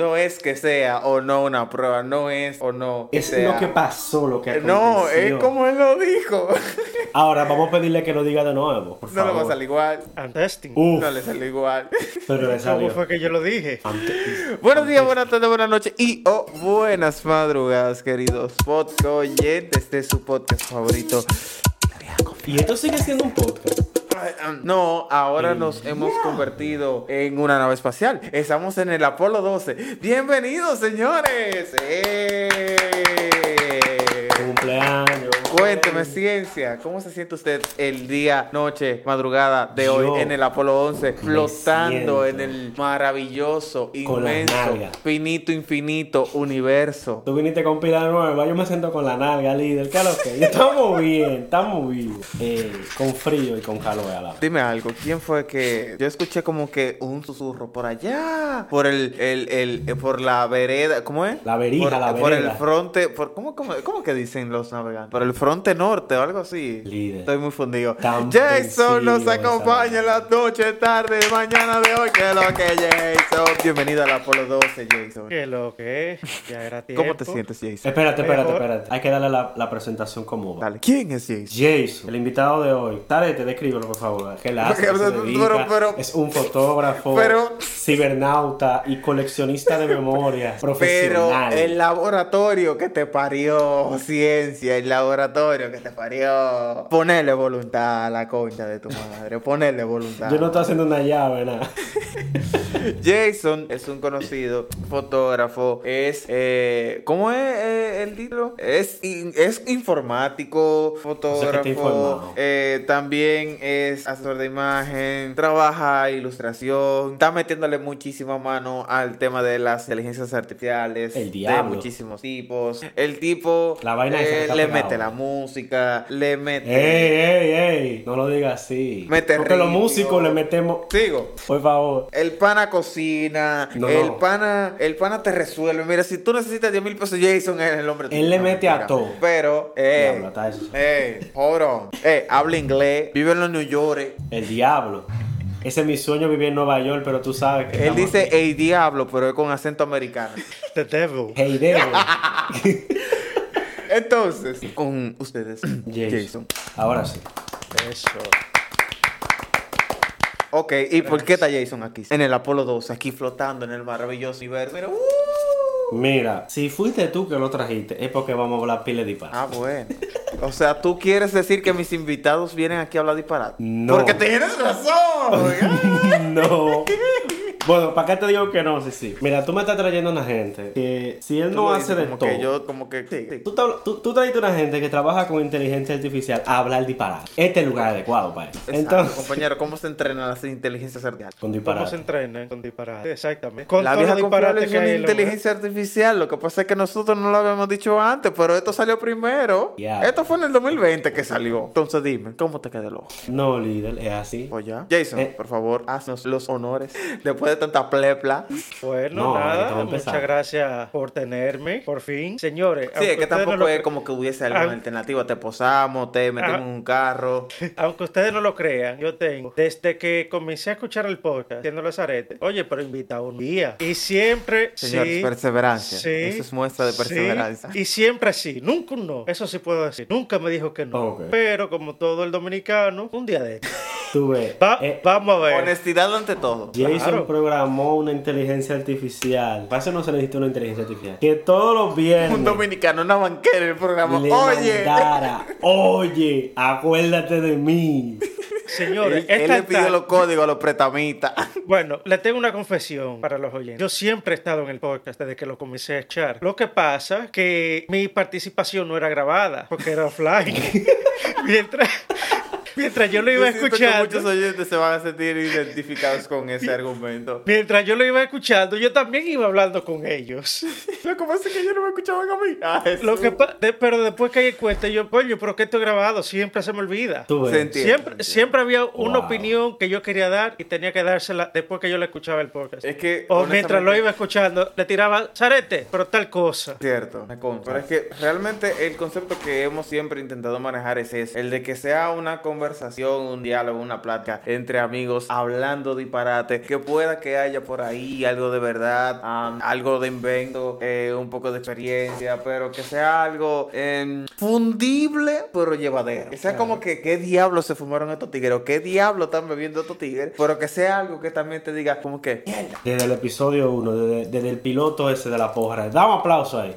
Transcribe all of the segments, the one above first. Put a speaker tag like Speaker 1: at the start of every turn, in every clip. Speaker 1: No es que sea o no una prueba, no es o no.
Speaker 2: Es
Speaker 1: sea. eh,
Speaker 2: lo que pasó, lo que aconteció.
Speaker 1: No, es como él lo dijo.
Speaker 2: Ahora vamos a pedirle que lo diga de nuevo,
Speaker 1: No
Speaker 2: por favor.
Speaker 1: le va a salir igual.
Speaker 3: And testing.
Speaker 2: Uf,
Speaker 1: No le salió igual.
Speaker 2: pero le
Speaker 3: ¿Cómo
Speaker 2: salió.
Speaker 3: fue que yo lo dije?
Speaker 1: Ah,
Speaker 2: Ante-
Speaker 1: Buenos días, buenas tardes, buenas noches y o buenas madrugadas, queridos podcoyentes de su podcast favorito.
Speaker 2: Y esto sigue siendo un podcast.
Speaker 1: Ay, am, No,
Speaker 2: Eh,
Speaker 1: ahora nos hemos convertido en una nave espacial. Estamos en el Apolo 12. Bienvenidos, señores. ¡Eh!
Speaker 2: Cumpleaños.
Speaker 1: Cuénteme, ciencia, ¿cómo se siente usted el día, noche, madrugada de
Speaker 2: Yo
Speaker 1: hoy en el Apolo 11, flotando
Speaker 2: siento
Speaker 1: en el maravilloso,
Speaker 2: con las
Speaker 1: inmenso,
Speaker 2: nalgas.
Speaker 1: finito, infinito universo?
Speaker 2: Tú viniste con pila nueva, yo me siento con la nalga, líder. ¿Qué es lo que? Estamos bien, estamos vivos. Eh, con frío y con calor a la vez.
Speaker 1: Dime algo, ¿quién fue que yo escuché como que un susurro por allá, por el, el, el eh, por la vereda, ¿cómo es?
Speaker 2: La verija,
Speaker 1: por,
Speaker 2: la
Speaker 1: Por el
Speaker 2: vereda.
Speaker 1: fronte, por ¿cómo, cómo, cómo que dicen los navegantes? Por el fronte norte o algo así.
Speaker 2: Líder.
Speaker 1: Estoy muy fundido.
Speaker 2: Tan
Speaker 1: Jason nos
Speaker 2: vencido esa
Speaker 1: acompaña en
Speaker 2: vaina.
Speaker 1: las noches, tarde, mañana de hoy, que es lo que Jason. Bienvenido al Apolo 12, Jason.
Speaker 3: Que lo que es. Ya era tiempo.
Speaker 1: ¿Cómo te sientes, Jason?
Speaker 2: Espérate, espérate,
Speaker 3: Mejor.
Speaker 2: espérate. Hay que darle la, la presentación como va.
Speaker 1: Dale. ¿Quién es Jason?
Speaker 2: Jason, el invitado de hoy. Tarete, descríbelo, por favor. ¿Qué le hace? ¿Qué se
Speaker 1: Pero-
Speaker 2: dedica?
Speaker 1: pero- pero-
Speaker 2: es un fotógrafo,
Speaker 1: pero-
Speaker 2: cibernauta y coleccionista de memoria
Speaker 1: Pero
Speaker 2: profesional.
Speaker 1: el laboratorio que te parió, ciencia, el laboratorio que te parió. Ponele voluntad a la concha de tu madre, ponele voluntad.
Speaker 2: Yo no estoy haciendo una llave, nada.
Speaker 1: Jason es un conocido fotógrafo, es, eh, ¿cómo es eh, el título? Es, in- es informático,
Speaker 2: sea que está
Speaker 1: fotógrafo,
Speaker 2: informado.
Speaker 1: eh, también es asesor de imagen, trabaja ilustración, está metiéndole muchísima mano al tema de las inteligencias artificiales,
Speaker 2: El
Speaker 1: de
Speaker 2: diablo.
Speaker 1: muchísimos tipos. El tipo eh,
Speaker 2: La vaina esa que está
Speaker 1: le
Speaker 2: pegado. Eh.
Speaker 1: mete la música, le mete...
Speaker 2: ¡Ey, ey, ey! No lo digas así.
Speaker 1: Mete
Speaker 2: Porque los
Speaker 1: ritmo.
Speaker 2: músicos le metemos.
Speaker 1: Sigo.
Speaker 2: Por favor.
Speaker 1: El pana cocina,
Speaker 2: No,
Speaker 1: el
Speaker 2: no.
Speaker 1: pana, el pana te resuelve. Mira, si tú necesitas 10 mil pesos, Jason es el hombre.
Speaker 2: Él le
Speaker 1: No,
Speaker 2: mete a
Speaker 1: mentira.
Speaker 2: todo.
Speaker 1: Pero, eh,
Speaker 2: Diablo, está eso.
Speaker 1: eh, hold on. Eh, habla inglés, vive en los New York.
Speaker 2: El diablo. Ese es mi sueño vivir en Nueva York, pero tú sabes que.
Speaker 1: Él
Speaker 2: estamos
Speaker 1: dice,
Speaker 2: aquí.
Speaker 1: hey diablo, pero es con acento americano.
Speaker 3: The devil.
Speaker 2: Hey, devil.
Speaker 1: Entonces, con ustedes, Jason.
Speaker 2: Jason. Ahora sí.
Speaker 3: Eso.
Speaker 1: Ok, ¿y por qué está Jason aquí? En el Apolo 12, aquí flotando en el maravilloso universo. Mira, uh.
Speaker 2: Mira, si fuiste tú que lo trajiste, es porque vamos a hablar pile de paz.
Speaker 1: Ah, bueno. O sea, ¿tú quieres decir que mis invitados vienen aquí a hablar disparate?
Speaker 2: No.
Speaker 1: Porque tienes razón.
Speaker 2: no. Bueno, ¿para qué te digo que no? Sí, sí. Mira, tú me estás trayendo una gente que si él
Speaker 1: Tú
Speaker 2: no
Speaker 1: lo
Speaker 2: hace
Speaker 1: dices
Speaker 2: de
Speaker 1: como
Speaker 2: todo.
Speaker 1: Que yo, como que. sí, sí.
Speaker 2: Tú, te habl- tú- tú trajiste una gente que trabaja con inteligencia artificial a hablar disparado. Este es el lugar adecuado para eso.
Speaker 1: Exacto,
Speaker 2: Entonces,
Speaker 1: compañero, ¿cómo se entrenan las inteligencias artificiales?
Speaker 2: con
Speaker 3: ¿Cómo se
Speaker 2: disparate.
Speaker 3: entrenan con disparate? Exactamente. Con
Speaker 1: La
Speaker 3: todos los
Speaker 1: vieja confiable
Speaker 3: disparates
Speaker 1: es
Speaker 3: que
Speaker 1: una
Speaker 3: hay en la
Speaker 1: inteligencia artificial. Lo que pasa es que nosotros no lo habíamos dicho antes, pero esto salió primero.
Speaker 2: Ya.
Speaker 1: Esto fue en el 2020 que salió. Entonces dime, ¿cómo te quedó el ojo?
Speaker 2: No, líder, es así.
Speaker 1: Pues ya. Jason,
Speaker 2: Eh.
Speaker 1: por favor, haznos los honores. Después de tanta plepla. Sí,
Speaker 3: mujer. Bueno,
Speaker 2: No, ahorita
Speaker 3: nada.
Speaker 2: vamos a empezar.
Speaker 3: Muchas gracias por tenerme. Por fin. Señores. aunque
Speaker 1: es que
Speaker 3: ustedes no
Speaker 1: tampoco
Speaker 3: lo
Speaker 1: es
Speaker 3: cre-
Speaker 1: como que hubiese alguna
Speaker 3: Ah.
Speaker 1: alternativa. Te posamos, te metemos
Speaker 3: Ah.
Speaker 1: en un carro.
Speaker 3: Aunque ustedes no lo crean, yo tengo, desde que comencé a escuchar el podcast, haciendo los aretes, oye, pero invita un día. Y siempre
Speaker 1: Señores,
Speaker 3: sí,
Speaker 1: perseverancia.
Speaker 3: sí,
Speaker 1: Eso es muestra de
Speaker 3: sí,
Speaker 1: perseverancia.
Speaker 3: y siempre sí, nunca un no. Eso sí puedo decir. Nunca me dijo que no.
Speaker 2: Ok.
Speaker 3: Pero como todo el dominicano, un día de esto.
Speaker 2: Tú ves.
Speaker 3: Va-
Speaker 2: eh,
Speaker 3: vamos a ver.
Speaker 1: Honestidad ante todo.
Speaker 2: Jason
Speaker 3: Claro.
Speaker 2: programó una inteligencia artificial. Para eso no se necesita una inteligencia artificial. Que todos los viernes
Speaker 1: Un dominicano, una banquera en el programa.
Speaker 2: le
Speaker 1: Oye.
Speaker 2: mandara, oye, acuérdate de mí.
Speaker 3: Señores,
Speaker 1: Él, él
Speaker 3: esta
Speaker 1: le pidió
Speaker 3: tarde-
Speaker 1: los códigos a los pretamitas.
Speaker 3: Bueno, le tengo una confesión para los oyentes. Yo siempre he estado en el podcast desde que lo comencé a echar. Lo que pasa que mi participación no era grabada porque era offline. mientras, mientras yo lo iba
Speaker 1: Yo siento que
Speaker 3: escuchando.
Speaker 1: Muchos oyentes se van a sentir identificados con ese argumento.
Speaker 3: Mientras yo lo iba escuchando, yo también iba hablando con ellos.
Speaker 1: Lo que pasa es que yo no me escuchaban a mí. Ah,
Speaker 3: Lo
Speaker 1: Jesús.
Speaker 3: que pa- de- pero después que hay cuenta, yo, coño, pero que esto es grabado, siempre se me olvida.
Speaker 2: Tú ves.
Speaker 1: Se entiende.
Speaker 3: Siempre, siempre había una
Speaker 2: Wow.
Speaker 3: opinión que yo quería dar y tenía que dársela después que yo le escuchaba el podcast.
Speaker 1: Es que,
Speaker 3: o Oh, mientras lo
Speaker 1: honestamente-
Speaker 3: iba escuchando, le tiraba, Zarete, pero tal cosa.
Speaker 1: Cierto, me consta. Pero es que realmente el concepto que hemos siempre intentado manejar es ese, el de que sea una conversación, un diálogo, una plática entre amigos hablando disparate, que pueda que haya por ahí algo de verdad, am, algo de invento, eh, un poco de experiencia, pero que sea algo em, fundible, pero llevadero. Que sea como que qué diablo se fumaron estos tigres o qué diablo están bebiendo estos tigres, pero que sea algo que también te diga como que mierda.
Speaker 2: Desde el episodio 1, desde, desde el piloto ese de la porra. Dame un aplauso ahí.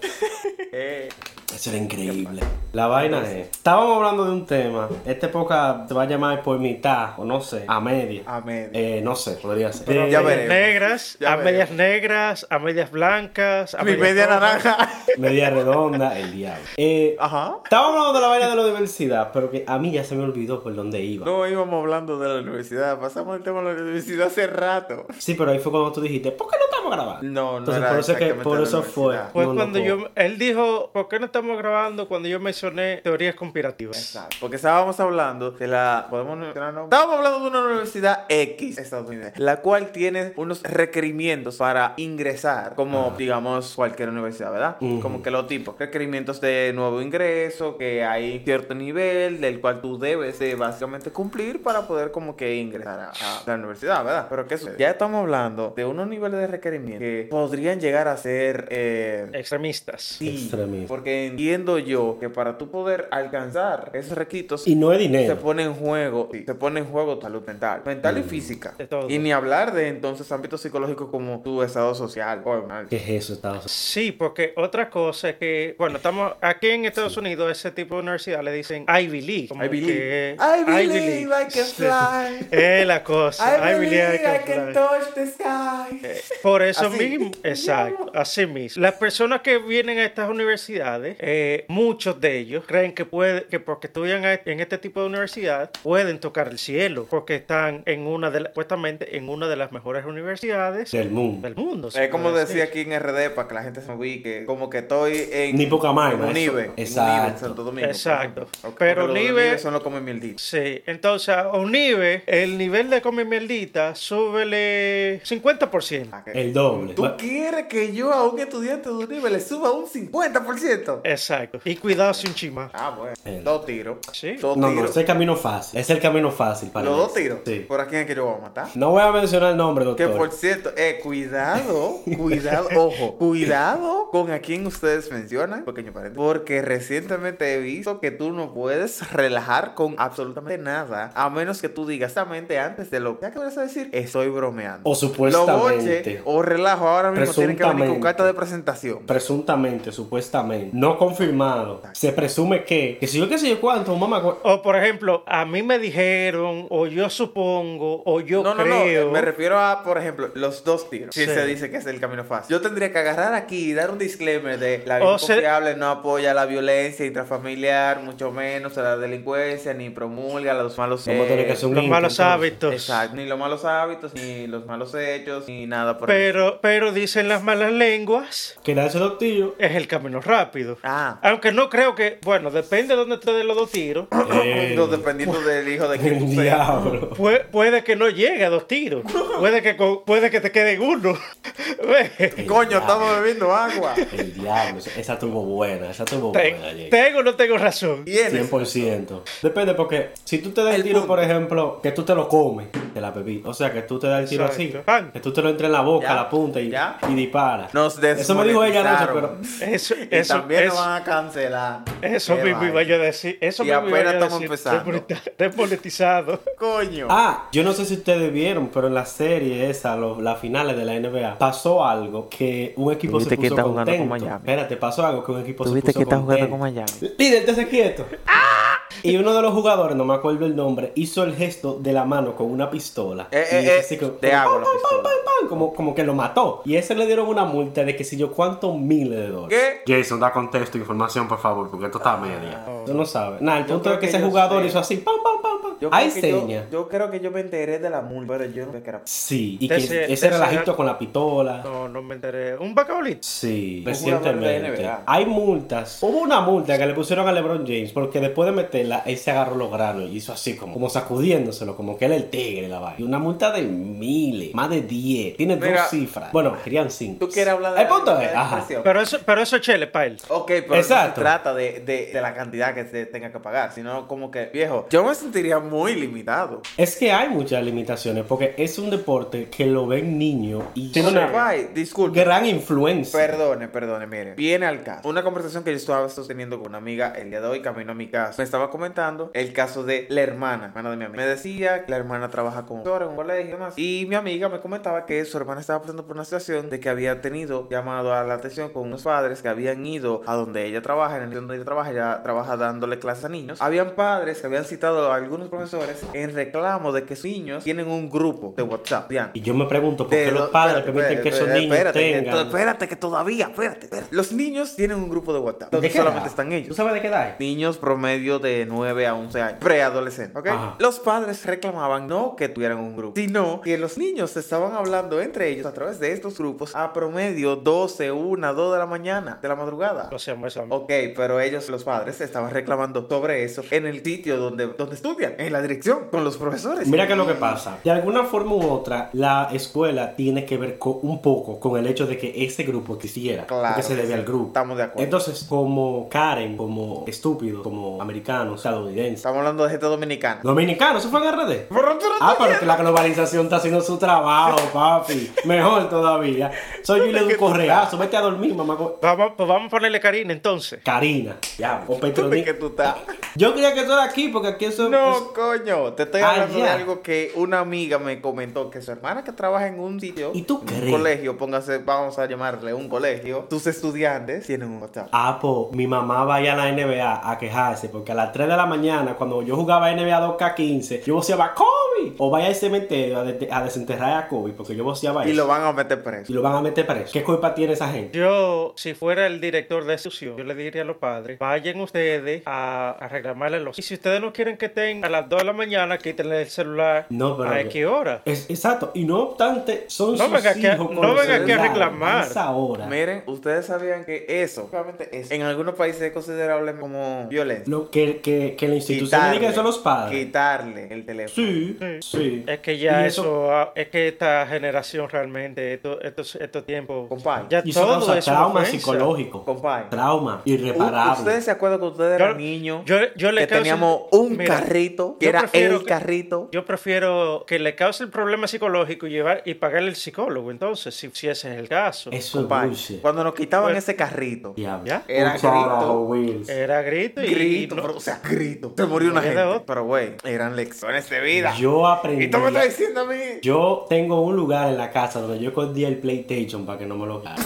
Speaker 1: eh,
Speaker 2: Eso era increíble. La vaina es. Estábamos hablando de un tema. Este podcast te va a llamar por mitad, o no sé, a media.
Speaker 1: a medio.
Speaker 2: Eh, no sé, podría ser.
Speaker 1: Pero
Speaker 2: Eh,
Speaker 1: ya veremos.
Speaker 3: Negras,
Speaker 1: Ya
Speaker 3: a medias
Speaker 1: veremos.
Speaker 3: negras, a medias blancas, a
Speaker 1: Mi
Speaker 3: medias
Speaker 1: media
Speaker 3: rojas.
Speaker 1: naranja.
Speaker 2: Media redonda, el diablo. Eh,
Speaker 1: Ajá.
Speaker 2: estábamos hablando de la vaina de la diversidad, pero que a mí ya se me olvidó por dónde iba.
Speaker 1: No íbamos hablando de la universidad, pasamos el tema de la universidad hace rato.
Speaker 2: Sí, pero ahí fue cuando tú dijiste, ¿por qué no estamos grabando?
Speaker 1: No, no
Speaker 2: Entonces,
Speaker 1: era
Speaker 2: por eso, es que,
Speaker 1: exactamente
Speaker 2: por
Speaker 1: la
Speaker 2: eso fue.
Speaker 1: universidad.
Speaker 3: Fue
Speaker 2: No, no,
Speaker 3: cuando
Speaker 2: por-
Speaker 3: yo, él dijo, ¿por qué no estamos grabando cuando yo mencioné teorías conspirativas?
Speaker 1: Exacto, Porque estábamos hablando de la. ¿Podemos mencionar nombre? Estábamos hablando de una universidad X estadounidense, la cual tiene unos requerimientos para ingresar, como digamos cualquier universidad, ¿verdad?
Speaker 2: Ujú.
Speaker 1: Como que los tipos. Requerimientos de nuevo ingreso, que hay cierto nivel del cual tú debes de básicamente cumplir para poder como que ingresar a, a la universidad, ¿verdad? Pero que eso. Ya estamos hablando de unos niveles de requerimiento que podrían llegar a ser. eh,
Speaker 3: Extremistas.
Speaker 1: Sí,
Speaker 2: Extremismo.
Speaker 1: porque entiendo yo que para tú poder alcanzar esos requisitos
Speaker 2: Y no es
Speaker 1: se
Speaker 2: dinero.
Speaker 1: pone en juego, sí, se pone en juego tu salud mental, mental
Speaker 2: Mm.
Speaker 1: y física.
Speaker 3: De todo.
Speaker 1: Y ni hablar de entonces ámbitos psicológicos como tu estado social. Oh, mal.
Speaker 2: ¿Qué es eso, Estados
Speaker 3: Sí, porque otra cosa es que, bueno, estamos aquí en Estados Unidos, ese tipo de universidad le dicen Ivy League. como
Speaker 1: I believe.
Speaker 3: que-
Speaker 1: I believe I can
Speaker 3: Sí.
Speaker 1: fly.
Speaker 3: Es la cosa.
Speaker 1: I believe
Speaker 3: can
Speaker 1: I can
Speaker 3: fly. Eh,
Speaker 1: touch the sky.
Speaker 3: Por eso
Speaker 1: Así.
Speaker 3: mismo, exacto, así mismo. Las personas que vienen a estas universidades, eh, muchos de ellos creen que puede, que porque estudian a- en este tipo de universidad pueden tocar el cielo, porque están en una de, la- supuestamente en una de las mejores universidades
Speaker 2: del mundo.
Speaker 3: del mundo. se
Speaker 1: Es como
Speaker 3: puede
Speaker 1: decía
Speaker 3: decir.
Speaker 1: aquí en RD para que la gente se me ubique, como que estoy en
Speaker 2: Ni poca
Speaker 1: en
Speaker 2: vaina.
Speaker 1: Unive, en Unive, en
Speaker 2: Exacto.
Speaker 1: Santo Domingo. por
Speaker 3: Exacto.
Speaker 1: ejemplo. Ok,
Speaker 3: Pero
Speaker 1: porque los de
Speaker 3: Unive-
Speaker 1: son los como mierditos.
Speaker 3: Sí, entonces a un nivel, el nivel de come mierdita, súbele 50%.
Speaker 1: Ah, que-
Speaker 2: El doble.
Speaker 1: ¿Tú quieres que yo a un estudiante de Unive le suba un
Speaker 2: Eh.
Speaker 1: 50%?
Speaker 3: Exacto. Y cuidado sin chima.
Speaker 1: Ah, bueno.
Speaker 2: El-
Speaker 1: Dos tiros.
Speaker 3: Sí.
Speaker 1: Dos
Speaker 2: Eh. No, no,
Speaker 1: tiros.
Speaker 2: es el camino fácil. Es el camino fácil para
Speaker 1: Los
Speaker 2: mí.
Speaker 1: dos tiros. Pues,
Speaker 2: Sí.
Speaker 1: ¿Por a quién es que yo voy a matar?
Speaker 2: No voy a mencionar el nombre,
Speaker 1: Que
Speaker 2: doctor.
Speaker 1: por cierto, eh, cuidado, cuidado, ojo, cuidado con a quién ustedes mencionan, pequeño paréntesis, porque recientemente he visto que tú no puedes relajar con absolutamente nada, a menos que tú digas exactamente antes de lo ya que vas a decir, estoy bromeando.
Speaker 2: O supuestamente.
Speaker 1: Lo boche o relajo ahora mismo tienen que venir con
Speaker 2: Presuntamente.
Speaker 1: carta de presentación.
Speaker 2: Presuntamente, supuestamente. No confirmado. Se presume que. Que si yo qué sé yo cuánto, mamá. cu-
Speaker 3: O por ejemplo, a mí me dijeron, o yo supongo, o yo
Speaker 1: no, no, no,
Speaker 3: creo.
Speaker 1: eh, me refiero a, por ejemplo, los dos tiros. Si
Speaker 3: Sí.
Speaker 1: se dice que es el camino fácil. Yo tendría que agarrar aquí y dar un disclaimer de la vida
Speaker 3: O se-
Speaker 1: confiable no apoya la violencia intrafamiliar, mucho menos a la delincuencia, ni promulga los malos
Speaker 2: Vamos a tener que hacer un
Speaker 3: los
Speaker 2: link,
Speaker 3: malos
Speaker 2: entonces.
Speaker 3: hábitos.
Speaker 1: Exacto, ni los malos hábitos, ni los malos hechos, ni nada por el-
Speaker 3: Pero, pero dicen las malas lenguas,
Speaker 2: Que da esos dos tiros.
Speaker 3: es el camino rápido.
Speaker 1: Ah,
Speaker 3: Aunque no creo que, bueno, depende de dónde te den los dos tiros.
Speaker 2: Ey.
Speaker 1: no, dependiendo del hijo de quien
Speaker 2: El
Speaker 1: tú seas.
Speaker 2: diablo.
Speaker 3: Pue- puede que no llegue a dos tiros. Puede que, co- puede que te quede uno. Ve.
Speaker 1: Coño, estamos bebiendo agua.
Speaker 2: El diablo. Esa tuvo buena. Esa tuvo
Speaker 3: Te-
Speaker 2: buena, Jake.
Speaker 3: tengo o no tengo razón.
Speaker 1: ¿Tienes?
Speaker 2: 100%. Depende, porque si tú te das el
Speaker 1: El
Speaker 2: tiro,
Speaker 1: punto.
Speaker 2: por ejemplo, que tú te lo comes de la bebida. O sea, que tú te das el tiro así.
Speaker 3: Exacto. Pan.
Speaker 2: Que tú te lo entres en la boca,
Speaker 1: Ya,
Speaker 2: la punta y,
Speaker 1: ya.
Speaker 2: y disparas.
Speaker 1: Nos
Speaker 2: Eso me dijo ella anoche, pero.
Speaker 1: desmonetizaron.
Speaker 3: Eso,
Speaker 1: Y
Speaker 3: eso,
Speaker 1: también nos
Speaker 3: eso-
Speaker 1: van a cancelar.
Speaker 3: eso
Speaker 1: Qué
Speaker 3: mismo iba
Speaker 1: vaina.
Speaker 3: yo a decir. Eso
Speaker 1: Y
Speaker 3: mismo iba yo
Speaker 1: apenas
Speaker 3: a
Speaker 1: estamos
Speaker 3: decir.
Speaker 1: empezando.
Speaker 3: Desmoneta- Desmonetizado.
Speaker 1: Coño.
Speaker 2: Ah, yo no sé si ustedes vieron, pero en la serie esa, lo- las finales de la NBA, pasó algo que un equipo
Speaker 1: Tuviste que
Speaker 2: se puso
Speaker 1: está jugando
Speaker 2: contento.
Speaker 1: con Miami.
Speaker 2: Espérate, pasó algo que un equipo
Speaker 1: Tuviste
Speaker 2: se puso
Speaker 1: que está jugando
Speaker 2: contento.
Speaker 1: con Miami.
Speaker 2: Líder, te haces quieto. Y uno de los jugadores, no me acuerdo el nombre, hizo el gesto de la mano con una pistola.
Speaker 1: Eh,
Speaker 2: Y
Speaker 1: eh,
Speaker 2: hizo
Speaker 1: eh,
Speaker 2: así como-
Speaker 1: te
Speaker 2: como
Speaker 1: hago
Speaker 2: pam,
Speaker 1: la
Speaker 2: pam,
Speaker 1: pistola.
Speaker 2: pam, pam, como, como que lo mató. Y ese le dieron una multa de que si yo cuántos miles de dólares.
Speaker 1: ¿Qué?
Speaker 2: Jason, da contexto, información, por favor, porque esto está a media. Tú no sabes. Nah, el
Speaker 1: Yo
Speaker 2: punto
Speaker 1: creo
Speaker 2: es que
Speaker 1: que
Speaker 2: ese
Speaker 1: yo
Speaker 2: jugador
Speaker 1: sé.
Speaker 2: hizo así, pam, pam, pam, pam.
Speaker 1: Yo creo
Speaker 2: Hay
Speaker 1: que yo-
Speaker 2: seña.
Speaker 1: Yo, creo que yo me enteré de la multa, pero yo no sé que era.
Speaker 2: Sí, y
Speaker 3: De
Speaker 2: que
Speaker 3: ese-
Speaker 2: ese,
Speaker 3: de ese
Speaker 2: relajito
Speaker 1: ah.
Speaker 3: rato-
Speaker 2: con la pistola.
Speaker 3: No, no me enteré. Un bacabolito.
Speaker 2: Sí,
Speaker 1: Un jugador de
Speaker 2: recientemente.
Speaker 1: NBA.
Speaker 2: Hay multas. Hubo una multa que le pusieron a LeBron James porque después de meterla, él se agarró los granos y hizo así como, como sacudiéndoselo, como que él es el tigre, la vaina. Y una multa de miles, más de 10. Tiene
Speaker 1: Mira,
Speaker 2: dos cifras. Bueno, querían cinco.
Speaker 1: ¿Tú quieres hablar de
Speaker 2: El punto
Speaker 1: de
Speaker 2: es,
Speaker 1: la
Speaker 2: ajá.
Speaker 1: depresión?
Speaker 3: Pero eso, pero eso es chele, pa' él.
Speaker 1: Ok, pero no se
Speaker 2: Exacto.
Speaker 1: trata de, de- de la cantidad que se tenga que pagar, sino como que, viejo, yo me sentiría muy limitado.
Speaker 2: Es que hay muchas limitaciones porque es un deporte que lo ven niños y tiene
Speaker 1: Una
Speaker 2: una
Speaker 1: disculpe.
Speaker 2: gran influencia.
Speaker 1: Perdone, perdone, mire. Viene al caso. Una conversación que yo estaba sosteniendo con una amiga el día de hoy, camino a mi casa. Me estaba comentando el caso de la hermana, hermana de mi amiga. Me decía que la hermana trabaja como profesora en un colegio y demás. Y mi amiga me comentaba que su hermana estaba pasando por una situación de que había tenido llamado a la atención con unos padres que habían ido a donde ella trabaja, en el donde ella trabaja, ella trabaja dándole clases a niños. Habían padres que habían citado a algunos profesores en reclamo de que sus niños tienen un grupo de WhatsApp. Diana.
Speaker 2: Y yo me pregunto por qué
Speaker 1: Pero,
Speaker 2: los padres
Speaker 1: espérate,
Speaker 2: permiten que esos
Speaker 1: espérate,
Speaker 2: niños
Speaker 1: eh, espérate, que to-
Speaker 2: tengan.
Speaker 1: espérate, que todavía, espérate, espérate. Los niños tienen un grupo de WhatsApp. Donde
Speaker 2: qué
Speaker 1: solamente
Speaker 2: edad?
Speaker 1: están
Speaker 2: ¿Tú
Speaker 1: ellos.
Speaker 2: sabes de qué edad? es?
Speaker 1: Niños promedio de 9 a 11 años, preadolescentes, ¿ok?
Speaker 2: Ajá.
Speaker 1: Los padres reclamaban no que tuvieran un grupo, sino que los niños estaban hablando entre ellos a través de estos grupos a promedio 12, 1, 2 de la mañana, de la madrugada.
Speaker 3: No seamos eso.
Speaker 1: Ok, pero ellos, los padres, estaban reclamando sobre eso en el sitio donde, donde estudian, en la dirección, con los profesores.
Speaker 2: Mira qué es lo que pasa. De alguna forma u otra, la escuela tiene que ver co- un poco con el hecho de que ese grupo existiera.
Speaker 1: Claro
Speaker 2: porque se
Speaker 1: que
Speaker 2: debe
Speaker 1: sí.
Speaker 2: al grupo.
Speaker 1: Estamos de acuerdo.
Speaker 2: Entonces, como Karen, como estúpido, como americano, estadounidense,
Speaker 1: Estamos hablando de gente dominicana.
Speaker 2: dominicano, eso fue en RD.
Speaker 1: Pero tú no
Speaker 2: Ah,
Speaker 1: te
Speaker 2: pero que la globalización está haciendo su trabajo, papi. Mejor todavía. Soy Julio de un correazo. Vete a dormir, mamá. co-
Speaker 3: Vamos, pues vamos a ponerle Karina entonces.
Speaker 2: Karina. Ya, o
Speaker 1: ¿Dónde
Speaker 2: Petroni.
Speaker 1: que tú estás?
Speaker 2: Yo creía que tú eras aquí porque aquí eso es- Ah,
Speaker 1: No, coño, te estoy hablando de
Speaker 2: Allá.
Speaker 1: algo que una amiga me comentó que su hermana que trabaja en un sitio,
Speaker 2: ¿Y tú
Speaker 1: en un
Speaker 2: crees?
Speaker 1: colegio, póngase, vamos a llamarle un colegio, tus estudiantes tienen un WhatsApp.
Speaker 2: Ah, po, mi mamá vaya a la NBA a quejarse porque a las 3 de la mañana, cuando yo jugaba NBA 2K15, yo voceaba Kobe. O vaya al cementerio a, de- a desenterrar a Kobe porque yo voceaba
Speaker 1: Y
Speaker 2: eso.
Speaker 1: lo van a meter
Speaker 2: Ah, pues. y
Speaker 1: preso.
Speaker 2: lo van a meter preso. ¿Qué culpa tiene esa gente?
Speaker 3: Yo, si fuera el director de institución, yo le diría a los padres, vayan ustedes a, a reclamarle los... Y si ustedes no quieren que estén a las 2 de la mañana, quítenle el celular
Speaker 2: No, pero
Speaker 3: a
Speaker 2: yo-
Speaker 3: qué hora.
Speaker 2: Es, exacto. Y no obstante, son
Speaker 3: No
Speaker 2: sus
Speaker 3: venga aquí a-
Speaker 2: hijos con
Speaker 3: no
Speaker 2: los
Speaker 3: venga aquí a
Speaker 2: celulares
Speaker 3: reclamar.
Speaker 2: a esa hora.
Speaker 1: Miren, ustedes sabían que eso, solamente eso, en algunos países es considerable como violencia.
Speaker 2: Lo que, que, que la institución le diga eso a los padres.
Speaker 1: quitarle el teléfono.
Speaker 2: Sí, sí.
Speaker 3: Es que ya
Speaker 2: Y
Speaker 3: eso, ah, es que esta generación realmente, estos estos estos tiempos,
Speaker 1: Compadre.
Speaker 3: ya
Speaker 2: Y eso
Speaker 3: todo
Speaker 2: causa
Speaker 3: es una
Speaker 2: trauma
Speaker 3: ofensa.
Speaker 2: psicológico.
Speaker 1: Compadre.
Speaker 2: Trauma
Speaker 1: U-
Speaker 2: irreparable.
Speaker 1: ¿Ustedes se acuerdan que ustedes
Speaker 3: Yo-
Speaker 1: eran niños?
Speaker 3: yo- yo le
Speaker 1: que
Speaker 3: causo-
Speaker 1: teníamos un
Speaker 3: Mira,
Speaker 1: carrito, que
Speaker 3: yo
Speaker 1: era
Speaker 3: prefiero
Speaker 1: el
Speaker 3: que-
Speaker 1: carrito.
Speaker 3: Yo prefiero que le cause el problema psicológico y llevar y pagarle el psicólogo, entonces, si, si ese es el caso.
Speaker 2: Eso es
Speaker 1: Compadre,
Speaker 2: bullshit.
Speaker 1: cuando nos quitaban
Speaker 3: Bueno.
Speaker 1: ese carrito,
Speaker 2: Diablo.
Speaker 3: Ya.
Speaker 1: Era Eh,
Speaker 2: Un carajo,
Speaker 1: grito.
Speaker 2: Wills.
Speaker 3: Era grito y
Speaker 1: grito,
Speaker 3: y no-
Speaker 1: pero, o sea, grito. Se murió una
Speaker 3: Era
Speaker 1: gente.
Speaker 3: otro.
Speaker 1: Pero, güey, eran lecciones de vida.
Speaker 2: Yo aprendí.
Speaker 1: y tú me estás diciendo a mí.
Speaker 2: Yo tengo un lugar en la casa donde yo escondía el PlayStation para que no me lo quitaran.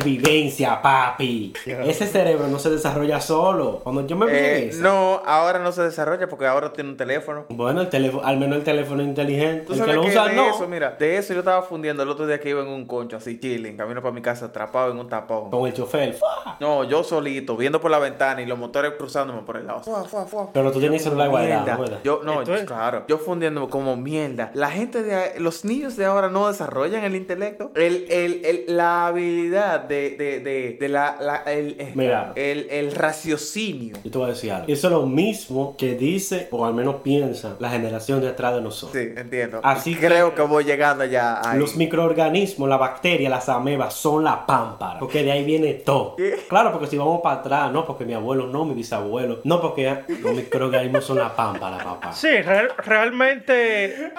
Speaker 2: Supervivencia, papi. Ese cerebro no se desarrolla solo. Cuando yo me vi
Speaker 1: Eh,
Speaker 2: en esa-
Speaker 1: no, ahora no se desarrolla porque ahora tiene un teléfono.
Speaker 2: Bueno, el teléfono, al menos el teléfono inteligente.
Speaker 1: Tú
Speaker 2: El que
Speaker 1: sabes
Speaker 2: lo
Speaker 1: que
Speaker 2: usa,
Speaker 1: de
Speaker 2: no.
Speaker 1: eso, mira, de eso yo estaba fundiendo el otro día que iba en un concho así chilling, camino para mi casa, atrapado en un tapón.
Speaker 2: Con el chofer. ¡fua!
Speaker 1: No, yo solito, viendo por la ventana y los motores cruzándome por el lado. Fua, fua, fua.
Speaker 2: Pero tú tienes el celular guardado,
Speaker 1: Mierda.
Speaker 2: ¿verdad?
Speaker 1: Yo, no,
Speaker 3: Entonces-
Speaker 1: claro. Yo fundiéndome como mierda. La gente de a- los niños de ahora no desarrollan el intelecto. El, el, el- la habilidad de, de, de, de la, la- el, eh,
Speaker 2: Mira.
Speaker 1: el, el raciocinio.
Speaker 2: Yo te voy a decir algo. Eso es lo mismo que dice, o al menos piensa, la generación de atrás de nosotros.
Speaker 1: Sí, entiendo.
Speaker 2: Así que-
Speaker 1: creo que voy llegando ya ahí.
Speaker 2: Los microorganismos, las bacterias, las amebas son la pámpara, porque de ahí viene todo.
Speaker 1: ¿Qué?
Speaker 2: Claro, porque si vamos para atrás, no, porque mi abuelo, no, mi bisabuelo, no, porque los microorganismos son la pámpara, papá.
Speaker 3: Sí, real- realmente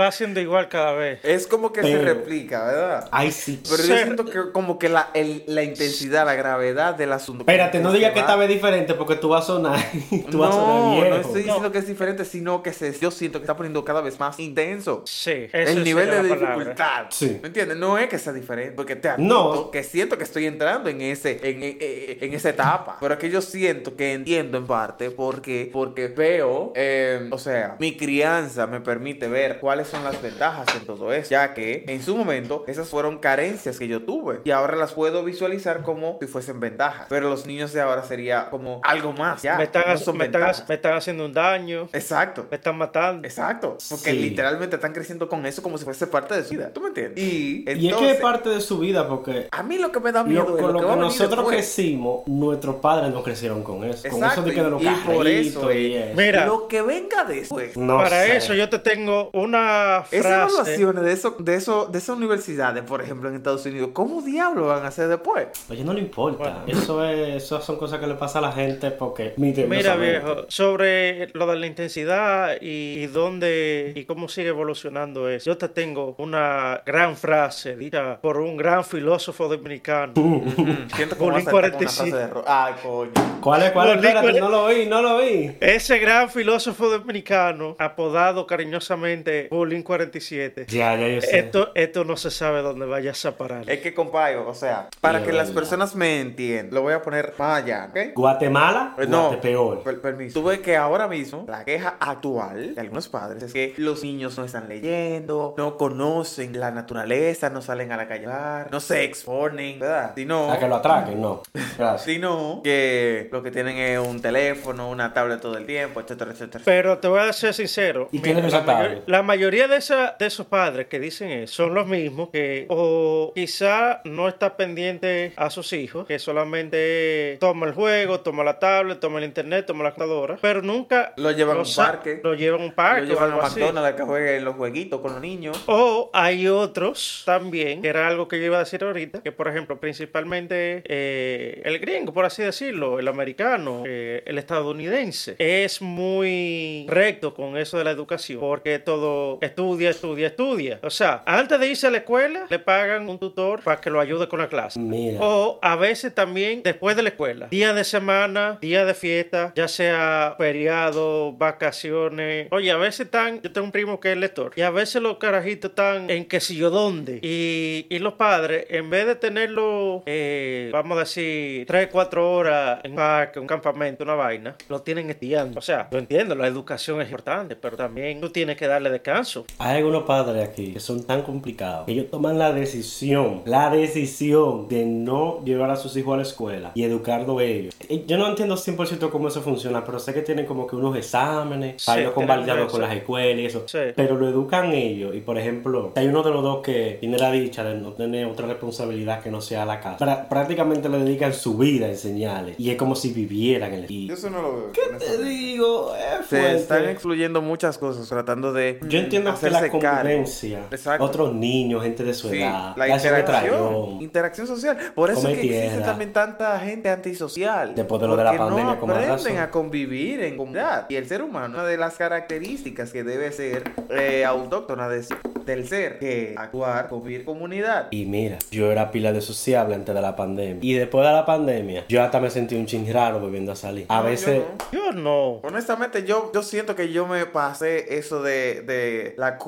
Speaker 3: va siendo igual cada vez.
Speaker 1: Es como que se
Speaker 2: Pero-
Speaker 1: replica, ¿verdad?
Speaker 2: Ay, sí.
Speaker 1: Pero yo
Speaker 3: Ser-
Speaker 1: siento que como que la, el- la intensidad, la gravedad del asunto.
Speaker 2: Espérate, no digas que
Speaker 1: va-
Speaker 2: esta vez diferente, porque tú vas a sonar, tú vas a sonar
Speaker 1: No, no
Speaker 2: viejo.
Speaker 1: estoy diciendo que es diferente, sino que se, yo siento que está poniendo cada vez más intenso.
Speaker 3: Sí,
Speaker 1: el nivel de
Speaker 3: dificultad.
Speaker 1: dificultad.
Speaker 2: Sí.
Speaker 1: ¿Me entiendes? No es que sea diferente, porque te
Speaker 2: No.
Speaker 1: admito que siento que estoy entrando en ese en, en- en- en esa etapa, pero es que yo siento que entiendo en parte porque porque veo, eh, o sea, mi crianza me permite ver cuáles son las ventajas en todo eso, ya que en su momento esas fueron carencias que yo tuve y ahora las puedo visualizar como si fuesen ventajas, pero los niños de ahora sería como algo más, ya.
Speaker 3: Me están,
Speaker 1: no
Speaker 3: ha-
Speaker 1: son
Speaker 3: me están ha-
Speaker 1: ventajas.
Speaker 3: me están haciendo un daño,
Speaker 1: Exacto.
Speaker 3: me están matando.
Speaker 1: Exacto, porque
Speaker 2: Sí.
Speaker 1: literalmente están creciendo con eso como si fuese parte de su vida. ¿Tú me entiendes? Y,
Speaker 2: Y es que
Speaker 1: entonces,
Speaker 2: es parte de su vida, porque
Speaker 1: a mí lo que me da miedo
Speaker 2: lo,
Speaker 1: es lo
Speaker 2: con lo que,
Speaker 1: que va a venir
Speaker 2: nosotros
Speaker 1: después.
Speaker 2: crecimos, nuestros padres no crecieron con eso. Con
Speaker 1: Exacto,
Speaker 2: eso de que de los
Speaker 1: y- y por eso
Speaker 2: carritos y
Speaker 1: es-
Speaker 2: eso.
Speaker 3: Mira,
Speaker 1: Lo que venga después.
Speaker 2: No
Speaker 3: para
Speaker 2: sé.
Speaker 3: eso yo te tengo una esa
Speaker 1: Esas
Speaker 3: frase.
Speaker 1: evaluaciones de, eso, de, eso, de esas universidades, por ejemplo, en Estados Unidos, ¿cómo diablos van a hacer después?
Speaker 2: Oye, no le importa.
Speaker 3: Bueno.
Speaker 2: Eso, es, eso son cosas que le pasa a la gente porque.
Speaker 3: Mira,
Speaker 2: misteriosamente.
Speaker 3: viejo, sobre lo de la intensidad y, y dónde y cómo sigue evolucionando eso. Yo te tengo una gran frase dicha por un gran filósofo dominicano.
Speaker 1: Mm, Siento como
Speaker 3: Bolín
Speaker 1: vas a saltar con una
Speaker 3: 45.
Speaker 1: frase de error. Ay, coño.
Speaker 2: ¿Cuál es? ¿Cuál es?
Speaker 3: Los
Speaker 2: Espérate,
Speaker 3: licores-
Speaker 2: no lo vi, no lo vi.
Speaker 3: Ese gran filósofo dominicano, apodado cariñosamente Bolín 47.
Speaker 2: Ya, ya, yo sé.
Speaker 3: Esto, esto no se sabe dónde vayas a parar.
Speaker 1: Es que, compadre, o sea, para
Speaker 2: Ya,
Speaker 1: que las
Speaker 2: ya.
Speaker 1: personas me entiendan, lo voy a poner más allá, ¿ok?
Speaker 2: Guatemala,
Speaker 1: Pues
Speaker 2: no.
Speaker 1: No,
Speaker 2: Guatepeor.
Speaker 1: per- permiso. Tú ves que ahora mismo la queja actual de algunos padres es que los niños no están leyendo, no conocen la naturaleza, no salen a la calle, a hablar, no se exponen, ¿verdad? Si no,
Speaker 2: A que lo atraquen, no. Gracias.
Speaker 1: sino que lo que tienen es un teléfono, una tablet todo el tiempo, etcétera, etcétera.
Speaker 3: Pero te voy a ser sincero.
Speaker 2: ¿Y quién es
Speaker 3: la,
Speaker 2: esa tabla?
Speaker 3: mayor- la mayoría de, esa, de esos padres que dicen eso son los mismos que o quizá no está pendiente a sus hijos, que solamente toma el juego, toma la tablet, toma el internet, toma la computadora, pero nunca
Speaker 1: Lo llevan a
Speaker 3: lo
Speaker 1: un
Speaker 3: sa-
Speaker 1: parque.
Speaker 3: Lo llevan a un
Speaker 1: Lo
Speaker 3: parque. o
Speaker 1: llevan a
Speaker 3: algo así.
Speaker 1: McDonald's a que jueguen los jueguitos con los niños.
Speaker 3: O hay otros también, que era algo que yo iba a decir ahorita, que por ejemplo, principalmente eh, el gringo, por así decirlo, el americano, eh, el estadounidense, es muy recto con eso de la educación, porque todo estudia, estudia, estudia. O sea, antes de irse a la escuela, le pagan un tutor para que lo ayude con la clase.
Speaker 2: Mira.
Speaker 3: O a veces también después de la escuela, día de semana, día de fiesta, ya sea feriado, vacaciones. Oye, a veces están, yo tengo un primo que es lector, y a veces los carajitos están en que si yo dónde. Y, y los padres, en vez de tenerlo, eh, vamos a decir, 3, 4 horas en un parque, un campamento, una vaina, lo tienen estudiando. O sea, yo entiendo, la educación es importante, pero también tú tienes que darle descanso.
Speaker 2: Hay algunos padres aquí que son tan complicados que ellos toman la decisión, la decisión de no llevar a sus hijos a la escuela y educarlo ellos. Eh, Yo no entiendo 100% cómo eso funciona, pero sé que tienen como que unos exámenes,
Speaker 3: Sí,
Speaker 2: para ellos
Speaker 3: tienen
Speaker 2: convalidarlo
Speaker 3: eso.
Speaker 2: con las escuelas y eso.
Speaker 3: Sí.
Speaker 2: Pero lo educan ellos y, por ejemplo, hay uno de los dos que tiene la dicha de no tener otra responsabilidad que no sea la casa. Pra- prácticamente le dedican su vida a enseñarles y es como si vivieran en el... Y
Speaker 1: eso no lo veo.
Speaker 2: te digo, es
Speaker 1: Se están
Speaker 2: fuerte.
Speaker 1: excluyendo muchas cosas tratando de
Speaker 2: Yo entiendo que la
Speaker 1: Mm, hacerse cargo.
Speaker 2: convivencia,
Speaker 1: Exacto.
Speaker 2: otros niños, gente de su
Speaker 1: Sí,
Speaker 2: edad,
Speaker 1: la
Speaker 2: hace un
Speaker 1: interacción,
Speaker 2: trayón.
Speaker 1: interacción social. Por eso es que
Speaker 2: Cometiera.
Speaker 1: existe también tanta gente antisocial.
Speaker 2: Después de lo de la
Speaker 1: porque
Speaker 2: pandemia,
Speaker 1: no
Speaker 2: con más
Speaker 1: aprenden
Speaker 2: razón.
Speaker 1: a convivir en comunidad. Y el ser humano, una de las características que debe ser eh, autóctona de- del ser, que actuar, convivir comunidad.
Speaker 2: Y mira, yo era pila de sociable antes de la pandemia. Y después de la pandemia, yo hasta me sentí un ching raro volviendo a salir. A
Speaker 1: No, yo
Speaker 2: veces,
Speaker 1: no.
Speaker 3: Yo no.
Speaker 1: Honestamente, yo, yo siento que yo me pasé eso de, de la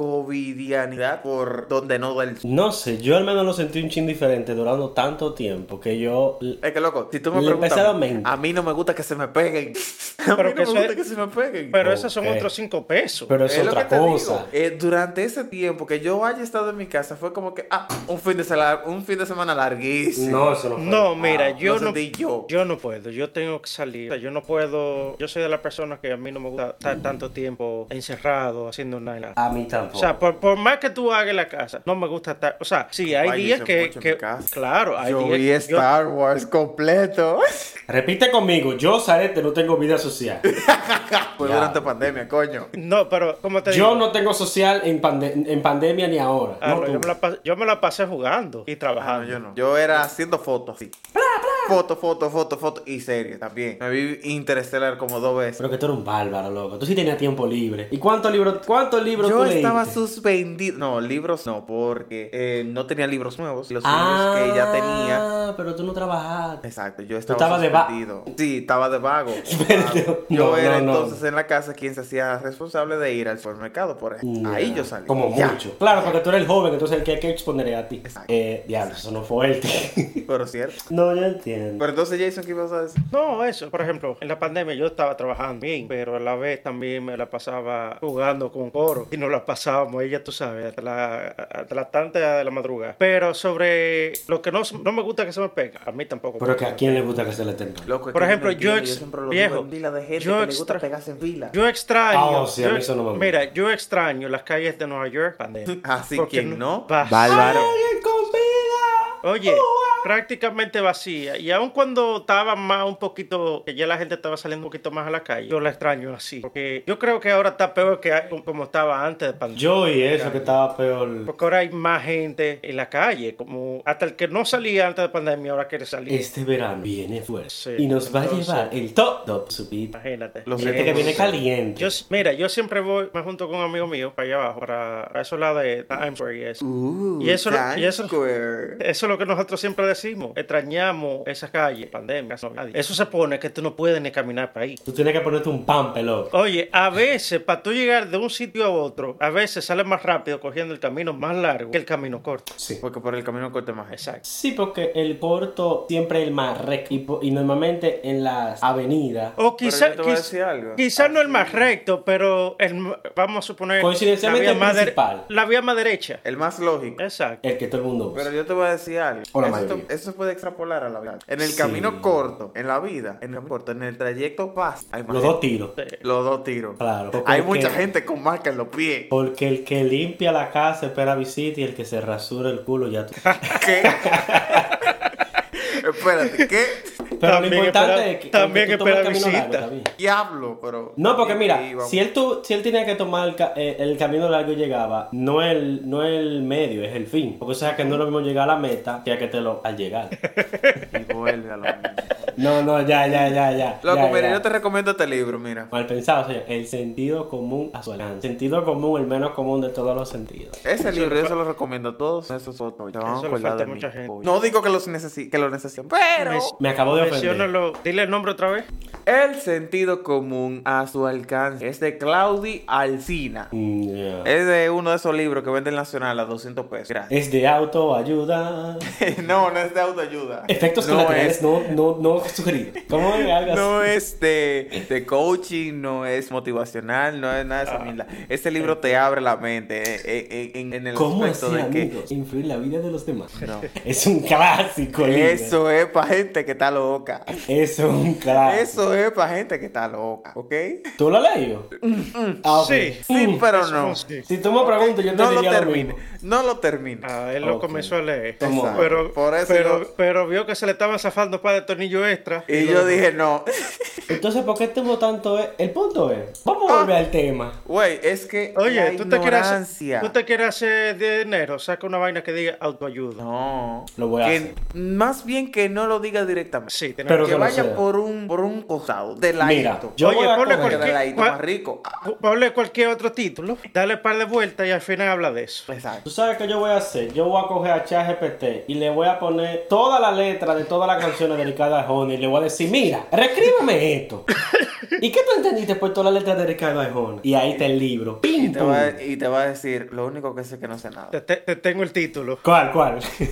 Speaker 1: covidianidad por donde no del
Speaker 2: no sé, yo al menos lo sentí un ching diferente durando tanto tiempo que yo...
Speaker 1: Es que loco, si tú me
Speaker 2: Le
Speaker 1: preguntas,
Speaker 2: empezaba a mentir.
Speaker 1: a mí no me gusta que se me peguen. A
Speaker 3: Pero
Speaker 1: mí no
Speaker 3: que
Speaker 1: me
Speaker 3: eso
Speaker 1: gusta
Speaker 3: es-
Speaker 1: que se me peguen.
Speaker 3: Pero esos son
Speaker 2: Ok.
Speaker 3: otros 5 pesos.
Speaker 2: Pero es,
Speaker 1: Es lo
Speaker 2: otra
Speaker 1: que te
Speaker 2: cosa.
Speaker 1: digo. Eh, durante ese tiempo que yo haya estado en mi casa fue como que ah, un fin de semana, un fin de semana larguísimo.
Speaker 2: No, eso no fue.
Speaker 3: No, mira,
Speaker 1: Ah,
Speaker 3: yo
Speaker 1: lo
Speaker 3: no
Speaker 1: sentí yo.
Speaker 3: yo no puedo, yo tengo que salir. O sea, yo no puedo, yo soy de las personas que a mí no me gusta estar tanto tiempo encerrado haciendo nada.
Speaker 1: Ah,
Speaker 2: A mí
Speaker 3: O
Speaker 2: tampoco.
Speaker 3: sea, por, por más que tú hagas en la casa, no me gusta estar. O sea, sí, hay
Speaker 1: Ay,
Speaker 3: días
Speaker 1: hice
Speaker 3: que,
Speaker 1: mucho en
Speaker 3: que-
Speaker 1: mi casa.
Speaker 3: claro, hay
Speaker 1: yo
Speaker 3: días
Speaker 1: vi
Speaker 3: que yo-
Speaker 1: Star Wars completo.
Speaker 2: Repite conmigo, yo, Sarete, no tengo vida social.
Speaker 1: Fue
Speaker 2: Ya.
Speaker 1: durante pandemia, coño.
Speaker 3: no, pero como te
Speaker 2: yo
Speaker 3: digo,
Speaker 2: no tengo social en, pande- en pandemia ni ahora. No,
Speaker 3: Carlos,
Speaker 2: tú.
Speaker 3: Ah, yo, me la, pas- yo me la pasé jugando y
Speaker 1: Ah, no,
Speaker 3: trabajando.
Speaker 1: yo no. Yo era haciendo fotos así. Foto, foto, foto, foto y serie también. Me vi Interstellar como dos veces.
Speaker 2: Pero que tú eres un bárbaro, loco. Tú sí tenías tiempo libre. ¿Y cuántos libros cuántos libros tú
Speaker 1: Yo estaba
Speaker 2: leíste?
Speaker 1: suspendido. No, libros no, porque eh, no tenía libros nuevos. Los
Speaker 2: Ah,
Speaker 1: libros que ya tenía
Speaker 2: pero tú no trabajaste.
Speaker 1: Exacto, yo estaba
Speaker 2: estabas de va-
Speaker 1: suspendido. Sí, estaba de vago.
Speaker 2: Pero-
Speaker 1: Yo
Speaker 2: no,
Speaker 1: era
Speaker 2: no, no.
Speaker 1: entonces en la casa quien se hacía responsable de ir al supermercado, por ejemplo. Ahí
Speaker 2: Ya.
Speaker 1: yo salí.
Speaker 2: Como
Speaker 1: Ya.
Speaker 2: mucho. Claro, porque tú eres el joven, entonces el que hay que exponer es a ti.
Speaker 1: Exacto.
Speaker 2: Eh, diablo, eso no fue fuerte.
Speaker 1: Pero cierto.
Speaker 2: no, yo entiendo.
Speaker 1: Pero entonces, Jason, ¿qué ibas a decir?
Speaker 3: No, eso. Por ejemplo, en la pandemia yo estaba trabajando bien, pero a la vez también me la pasaba jugando con coro y nos la pasábamos, ella tú sabes, hasta la, hasta la tanta de la madrugada. Pero sobre lo que no, no me gusta que se me pega, a mí tampoco.
Speaker 2: Pero que a quién le gusta que se le tenga.
Speaker 1: Loco, es
Speaker 3: Por
Speaker 1: que
Speaker 3: ejemplo,
Speaker 1: no entiendo,
Speaker 3: yo ex-
Speaker 1: siempre lo
Speaker 3: viejo,
Speaker 1: digo en fila de gente
Speaker 3: yo
Speaker 1: que le gusta
Speaker 3: extra-
Speaker 1: pegarse en fila.
Speaker 3: Yo extraño.
Speaker 2: Ah, sí, a mí
Speaker 3: yo-
Speaker 2: eso no me gusta.
Speaker 3: Mira, yo extraño las calles de Nueva York. pandemia.
Speaker 1: Así
Speaker 3: Porque
Speaker 1: quien no,
Speaker 3: vas-
Speaker 1: bárbaro.
Speaker 2: ¡Alguien con vida!
Speaker 3: Oye,
Speaker 2: ¡Oh,
Speaker 3: prácticamente vacía. Y aun cuando estaba más un poquito, que ya la gente estaba saliendo un poquito más a la calle, yo la extraño así. Porque yo creo que ahora está peor que como estaba antes de pandemia.
Speaker 2: Yo y eso que estaba peor.
Speaker 3: Porque ahora hay más gente en la calle, como hasta el que no salía antes de pandemia, ahora quiere salir.
Speaker 2: Este verano viene fuerte.
Speaker 3: Sí,
Speaker 2: y nos va a
Speaker 3: entonces-
Speaker 2: llevar el top top subid.
Speaker 3: Imagínate. Eh,
Speaker 1: Lo
Speaker 2: Fíjate Este que
Speaker 1: siento.
Speaker 2: viene caliente.
Speaker 3: Yo, mira, yo siempre voy, me junto con un amigo mío para allá abajo, para, para esos lados de Times Square y eso.
Speaker 1: Uh,
Speaker 3: Y eso lo- y eso-
Speaker 1: Times Square.
Speaker 3: Eso es lo que nosotros siempre decimos. Extrañamos esas calles, pandemias, no había nadie. Eso se pone que tú no puedes ni caminar para ahí.
Speaker 2: Tú tienes que ponerte un pan, pelón.
Speaker 3: Oye, a veces, para tú llegar de un sitio a otro, a veces sale más rápido cogiendo el camino más largo que el camino corto.
Speaker 2: Sí.
Speaker 1: Porque por el camino corte más es.
Speaker 3: Exacto.
Speaker 2: Sí, porque el corto siempre es el más recto. Y, po- y normalmente en las avenidas.
Speaker 3: O
Speaker 1: Pero
Speaker 3: quizás
Speaker 1: yo te voy a decir algo. Ah,
Speaker 3: quizá no el más recto, pero el, m- vamos a suponer
Speaker 2: Coincidencialmente
Speaker 3: la vía,
Speaker 2: el
Speaker 3: más dere-
Speaker 2: principal.
Speaker 3: la vía más derecha.
Speaker 1: El más lógico.
Speaker 3: Exacto.
Speaker 2: El que todo el mundo usa.
Speaker 1: Pero yo te voy a decir algo.
Speaker 2: O la
Speaker 1: eso,
Speaker 2: mayoría.
Speaker 1: te- eso puede extrapolar a la vida. En el
Speaker 2: Sí.
Speaker 1: camino corto, en la vida, en el camino corto, en el trayecto paz. Hay más
Speaker 2: Los dos tiros.
Speaker 1: gente. Los dos tiros.
Speaker 2: Claro, porque
Speaker 1: Hay
Speaker 2: el
Speaker 1: mucha
Speaker 2: que-
Speaker 1: gente con marca en los pies.
Speaker 2: Porque el que limpia la casa espera visita y el que se rasura el culo ya tú.
Speaker 1: ¿Qué? Espérate, ¿qué?
Speaker 2: Pero lo
Speaker 3: También
Speaker 2: importante
Speaker 3: espera-
Speaker 2: es que
Speaker 3: también
Speaker 2: que tú tomes
Speaker 3: espera
Speaker 2: el camino
Speaker 3: visita.
Speaker 2: también.
Speaker 1: Diablo, pero.
Speaker 2: No, porque
Speaker 1: Y-
Speaker 2: mira,
Speaker 1: y vamos.
Speaker 2: si él, tu- si él tenía que tomar el, ca- eh, el camino largo y llegaba, no el, no el medio, es el fin. Porque o sea que no es lo mismo llegar a la meta que a que te lo al llegar.
Speaker 1: Y vuelve a lo mismo.
Speaker 2: No, no, ya, ya, ya, ya.
Speaker 1: Loco,
Speaker 2: ya,
Speaker 1: mira,
Speaker 2: ya.
Speaker 1: yo te recomiendo este libro, mira.
Speaker 2: Mal pensado, o sea, el sentido común a su alcance. Sentido común, el menos común de todos los sentidos.
Speaker 1: Ese libro yo se lo recomiendo a todos esos otros. Te van a
Speaker 3: Eso le
Speaker 1: acordar
Speaker 3: falta
Speaker 1: de mí.
Speaker 3: mucha gente.
Speaker 1: No digo que, los necesi- que lo necesiten, pero
Speaker 3: Mes-
Speaker 2: Me acabo de ofender.
Speaker 3: Menciónalo. Dile el nombre otra vez.
Speaker 1: el sentido común a su alcance es de Claudi Alcina.
Speaker 2: Mm, yeah.
Speaker 1: Es de uno de esos libros que venden nacional a 200 pesos. Gracias.
Speaker 2: Es de autoayuda.
Speaker 1: no, no es de autoayuda.
Speaker 2: Efectos
Speaker 1: no
Speaker 2: colaterales
Speaker 1: es,
Speaker 2: no, no, no sugeridos. ¿Cómo es algo así?
Speaker 1: no es de, de coaching, no es motivacional, no es nada de esa mierda. Este libro te abre la mente eh, eh, en, en el
Speaker 2: ¿Cómo
Speaker 1: aspecto
Speaker 2: hacer
Speaker 1: de que
Speaker 2: amigos? Influir en la vida de los demás.
Speaker 1: No.
Speaker 2: Es un clásico, líder.
Speaker 1: Eso es para gente que está loca.
Speaker 2: Eso es un clásico.
Speaker 1: Eso es para gente que está loca, ¿ok?
Speaker 2: ¿Tú lo has leído? Ah, ok.
Speaker 3: Sí.
Speaker 1: Mm, Sí, pero
Speaker 3: Eso
Speaker 1: no.
Speaker 3: fue- sí.
Speaker 2: Si tú me preguntas, yo te
Speaker 1: No lo
Speaker 2: diría lo
Speaker 1: termine.
Speaker 2: mismo.
Speaker 1: No lo termine.
Speaker 3: Ah, él lo
Speaker 2: Ok.
Speaker 3: comenzó a leer.
Speaker 2: Como-
Speaker 1: Exacto.
Speaker 3: Pero,
Speaker 1: Por eso
Speaker 3: pero,
Speaker 1: yo-
Speaker 3: pero vio que se le estaban zafando para de tornillo extra.
Speaker 1: Y yo dije, no.
Speaker 2: Entonces, ¿por qué tuvo tanto... e- El punto es... Vamos a
Speaker 1: Ah.
Speaker 2: volver al tema.
Speaker 1: Güey, es que. la
Speaker 3: Oye, tú te, quieres hacer,
Speaker 1: ignorancia-
Speaker 3: tú te quieres hacer de dinero, saca una vaina que diga autoayuda.
Speaker 1: No.
Speaker 2: Lo voy a
Speaker 1: Que-
Speaker 2: hacer.
Speaker 1: Más bien que no lo diga directamente.
Speaker 3: Sí, tenemos
Speaker 2: Pero
Speaker 1: que
Speaker 2: que lo
Speaker 1: vaya
Speaker 2: sea.
Speaker 1: por un por un costado, de
Speaker 2: Mira,
Speaker 1: ladito.
Speaker 2: yo
Speaker 3: Oye,
Speaker 2: voy a
Speaker 3: ponle
Speaker 1: Porque
Speaker 2: coger-
Speaker 1: de
Speaker 3: cualquier-
Speaker 1: ladito
Speaker 3: cual-
Speaker 1: más rico. Ah,
Speaker 3: que ponle cualquier otro título, dale par de vueltas y al final habla de eso.
Speaker 2: ¿Tú
Speaker 1: Exacto.
Speaker 2: sabes qué yo voy a hacer? Yo voy a coger a ChatGPT y le voy a poner toda la letra de todas las canciones dedicadas a Arjona y le voy a decir, mira, reescríbeme esto. ¿Y qué tú entendiste por todas las letras de Ricardo Arjona? Y ahí está el libro.
Speaker 1: Y
Speaker 2: ¡Pim!
Speaker 1: te,
Speaker 2: pum.
Speaker 1: va, a- y te va a decir, lo único que sé es que no sé nada.
Speaker 3: Te, te- te tengo el título.
Speaker 2: ¿Cuál, cuál?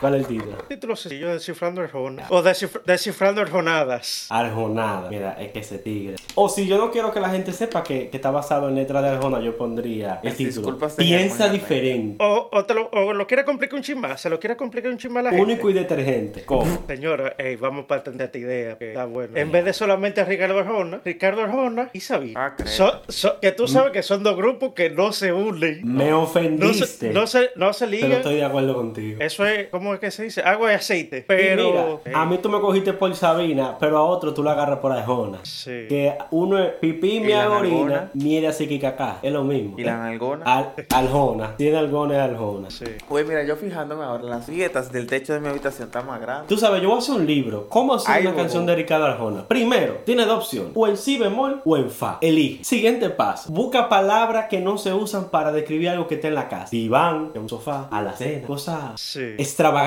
Speaker 2: ¿Cuál es el título?
Speaker 3: Título sencillo, Descifrando Arjona. O descif- Descifrando Arjonadas.
Speaker 2: Arjonada. Mira, es que ese tigre. O si yo no quiero que la gente sepa que, que está basado en letras de Arjona, yo pondría el
Speaker 1: Las
Speaker 2: título.
Speaker 1: disculpas de
Speaker 2: Piensa
Speaker 1: Arjona,
Speaker 2: diferente.
Speaker 3: O, o, te lo, o lo quiere complicar un chisma, se lo quiere complicar un chisma a la gente.
Speaker 2: Único y detergente. ¿Cómo?
Speaker 3: Señora, ey, vamos para atender esta idea que está bueno. En vez de solamente a Ricardo Arjona, Ricardo Arjona y Sabina.
Speaker 1: Ah, creo.
Speaker 3: So- so- que
Speaker 2: Mm.
Speaker 3: tú sabes que son dos grupos que no se unen.
Speaker 2: Me
Speaker 3: No
Speaker 2: ofendiste.
Speaker 3: se, no se, no se
Speaker 2: Pero
Speaker 3: ligan.
Speaker 2: estoy de acuerdo contigo.
Speaker 3: Eso es, ¿cómo es que se dice? Agua y aceite.
Speaker 2: Y
Speaker 3: Pero.
Speaker 2: mira, a mí tú me cogiste por Sabina, pero a otro tú la agarras por Arjona.
Speaker 3: Sí.
Speaker 2: Que uno es pipí, mi
Speaker 1: la
Speaker 2: orina,
Speaker 1: nalgona.
Speaker 2: mierda así que cacá. Es lo mismo.
Speaker 1: Y la nalgona.
Speaker 2: Al, Arjona. Tiene algones Arjona.
Speaker 3: Sí.
Speaker 1: Güey, mira, yo fijándome ahora, las grietas del techo de mi habitación están más grandes.
Speaker 2: Tú sabes, yo voy a hacer un libro. ¿Cómo hacer
Speaker 1: Ay,
Speaker 2: una
Speaker 1: bobo.
Speaker 2: canción de Ricardo Arjona? Primero, tiene dos opciones. O en si bemol o en fa. Elige. Siguiente paso. Busca palabras que no se usan para describir algo que está en la casa. Diván, un sofá, a la cena. Cosas
Speaker 3: Sí.
Speaker 2: extravagantes.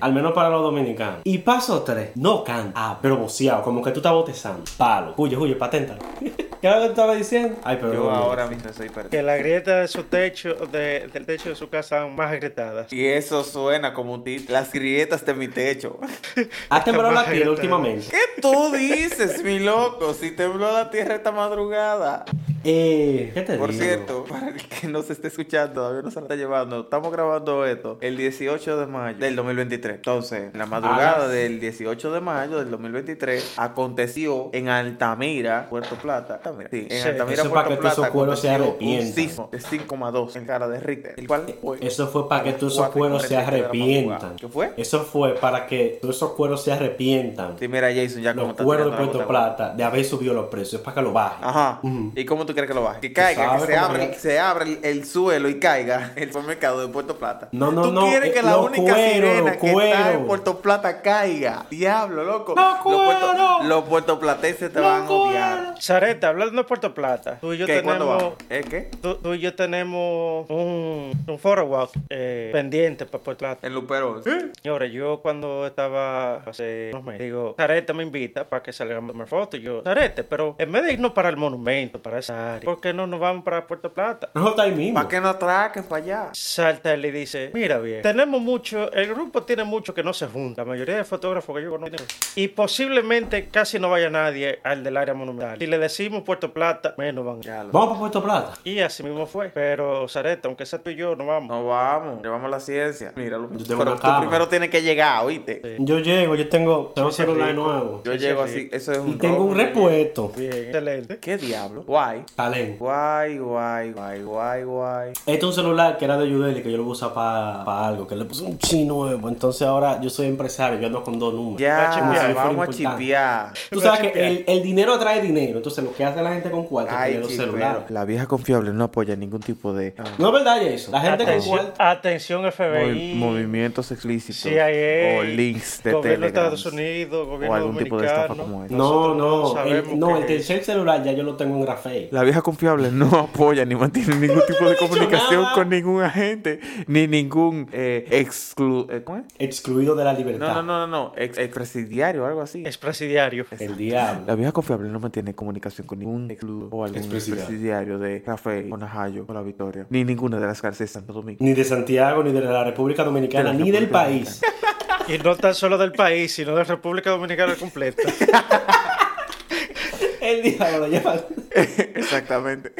Speaker 2: Al menos para los dominicanos. Y paso tres. No canta. Ah, pero boceado. Como que tú estás botezando. Palo. Huye, huye, paténtalo. ¿Qué era lo que te estaba diciendo? Ay, pero
Speaker 1: Yo
Speaker 2: no, no.
Speaker 1: ahora mismo soy perdido.
Speaker 3: Que la grieta de su techo, de- del techo de su casa son más agrietadas.
Speaker 1: Y eso suena como un título. Las grietas de mi techo.
Speaker 2: ¿Has temblado la tierra
Speaker 3: Imagínate.
Speaker 2: últimamente?
Speaker 1: ¿Qué tú dices, mi loco? Si tembló la tierra esta madrugada.
Speaker 2: Eh, ¿Qué te
Speaker 1: Por
Speaker 2: digo?
Speaker 1: cierto, para el que nos esté escuchando, todavía no se la está llevando. Estamos grabando esto el 18 de mayo del 2023. Entonces, en la madrugada
Speaker 2: las-
Speaker 1: del 18 de mayo del 2023 aconteció en Altamira, Puerto Plata. Altamira, sí, en
Speaker 3: Sí,
Speaker 1: Altamira,
Speaker 2: eso
Speaker 1: Puerto
Speaker 2: para que
Speaker 1: Plata.
Speaker 2: esos cueros se
Speaker 1: aconteció
Speaker 2: arrepientan. Eh,
Speaker 1: Un sismo de 5,2 en cara de Richter. El cual fue
Speaker 2: Eso fue para
Speaker 1: a este
Speaker 2: que
Speaker 1: las
Speaker 2: todos esos
Speaker 1: 4 y
Speaker 2: cueros se
Speaker 1: 47 de la
Speaker 2: arrepientan.
Speaker 1: madrugada. ¿Qué fue?
Speaker 2: Eso fue para que todos esos cueros se arrepientan.
Speaker 1: Sí, mira, Jason, ya como
Speaker 2: Los
Speaker 1: está Ah.
Speaker 2: cueros
Speaker 1: tirando
Speaker 2: de
Speaker 1: la
Speaker 2: Puerto
Speaker 1: gota,
Speaker 2: Plata de haber subido los precios es para que lo bajen.
Speaker 1: Ajá.
Speaker 2: Ujú.
Speaker 1: ¿Y cómo tú quieres que lo baje? Que caiga, que
Speaker 2: sabes
Speaker 1: se
Speaker 2: cómo
Speaker 1: abra,
Speaker 2: que-
Speaker 1: que se abra el, el suelo y caiga el supermercado de Puerto Plata.
Speaker 2: No, no,
Speaker 1: ¿Tú
Speaker 2: no,
Speaker 1: quieres
Speaker 2: eh,
Speaker 1: que la
Speaker 2: los
Speaker 1: única
Speaker 2: cueros,
Speaker 1: sirena
Speaker 2: los
Speaker 1: que está en
Speaker 2: cueros.
Speaker 1: Puerto Plata caiga? Diablo, loco.
Speaker 2: Los
Speaker 1: puerto-
Speaker 2: cueros.
Speaker 1: los puertoplatenses te
Speaker 2: Los
Speaker 1: van a odiar.
Speaker 3: Sareta, hablando de Puerto Plata, tú y yo
Speaker 1: ¿Qué? ¿Cuándo
Speaker 3: tenemos.
Speaker 1: vamos? ¿Eh, qué?
Speaker 3: Tú, tú y yo tenemos un, un photo walk eh, pendiente para Puerto Plata.
Speaker 1: En Lupero.
Speaker 3: Señores, yo cuando estaba hace unos meses, digo, Zarete me invita para que salgamos a tomar fotos. Y Yo, Zarete, pero en vez de irnos para el monumento, para esa área, ¿por qué no nos vamos para Puerto Plata?
Speaker 2: No está ahí mismo.
Speaker 1: ¿Para que no atraquen para allá?
Speaker 3: Salta él y dice, mira bien, tenemos mucho, el grupo tiene mucho que no se junta, la mayoría de fotógrafos que yo conozco, tienen- y posiblemente casi no vaya nadie al del área monumental. Si le decimos Puerto Plata, menos van.
Speaker 1: Ya lo-
Speaker 2: Vamos para Puerto Plata.
Speaker 3: Y así mismo fue. Pero, Zareta, aunque sea tú y yo, no vamos.
Speaker 1: No vamos, llevamos la ciencia. Míralo.
Speaker 2: Yo tengo
Speaker 1: Pero
Speaker 2: una
Speaker 1: tú
Speaker 2: cama.
Speaker 1: primero tienes que llegar, oíste.
Speaker 2: Yo llego, yo tengo, tengo celular
Speaker 3: rico.
Speaker 2: nuevo.
Speaker 1: Yo
Speaker 3: Sí,
Speaker 1: llego
Speaker 3: sí.
Speaker 1: así, eso es un
Speaker 2: Y tengo un
Speaker 1: robo.
Speaker 2: repuesto.
Speaker 3: Bien, excelente.
Speaker 1: ¿Qué diablo? Guay.
Speaker 2: Talento.
Speaker 1: Guay, guay, guay, guay, guay.
Speaker 2: Este es un celular que era de Yudeli que yo lo usaba para algo, que le puse un chi nuevo. Entonces ahora yo soy empresario, yo ando con dos números.
Speaker 1: Ya,
Speaker 3: Va a chipear,
Speaker 2: Como si fuera
Speaker 1: vamos a
Speaker 2: importante.
Speaker 1: chipear.
Speaker 2: Tú sabes
Speaker 3: Va a
Speaker 2: que el, el dinero atrae dinero. Entonces lo que hace la gente con cuarto es
Speaker 1: Ay,
Speaker 2: tener los
Speaker 1: chipeo.
Speaker 2: celulares.
Speaker 1: La vieja confiable no apoya ningún tipo de ah,
Speaker 2: No es verdad, Jason. La gente con
Speaker 3: Atención,
Speaker 2: cuarto.
Speaker 3: atención
Speaker 1: movi-
Speaker 3: FBI.
Speaker 1: movimientos explícitos
Speaker 3: CIA,
Speaker 1: o links de
Speaker 3: gobierno de
Speaker 1: Telegram
Speaker 3: Estados Unidos,
Speaker 1: o
Speaker 3: gobierno
Speaker 1: algún tipo de
Speaker 3: dominicano.
Speaker 1: estafa como esa.
Speaker 2: No,
Speaker 3: Nosotros no
Speaker 2: no.
Speaker 3: sabemos
Speaker 2: el, no,
Speaker 3: qué
Speaker 2: el
Speaker 3: es.
Speaker 2: tercer celular ya yo lo tengo en Rafael.
Speaker 1: La vieja confiable no apoya ni mantiene ningún tipo de
Speaker 2: he dicho
Speaker 1: comunicación
Speaker 2: nada.
Speaker 1: con ningún agente ni ningún eh, exclu eh, ¿cómo es?
Speaker 2: Excluido de la libertad.
Speaker 1: No, no, no, no, no, ex- expresidiario o algo así.
Speaker 3: es presidiario.
Speaker 2: El diablo.
Speaker 1: La vieja confiable no mantiene comunicación con ningún club o algún
Speaker 2: Expresidiario.
Speaker 1: presidiario de Rafael, Najayo o La Victoria, ni ninguna de las cárceles de Santo Domingo.
Speaker 2: Ni de Santiago, ni de la República Dominicana, ni del
Speaker 1: República
Speaker 2: país.
Speaker 3: Y no tan solo del país, sino de República Dominicana completa.
Speaker 2: El diablo lleva.
Speaker 1: Exactamente.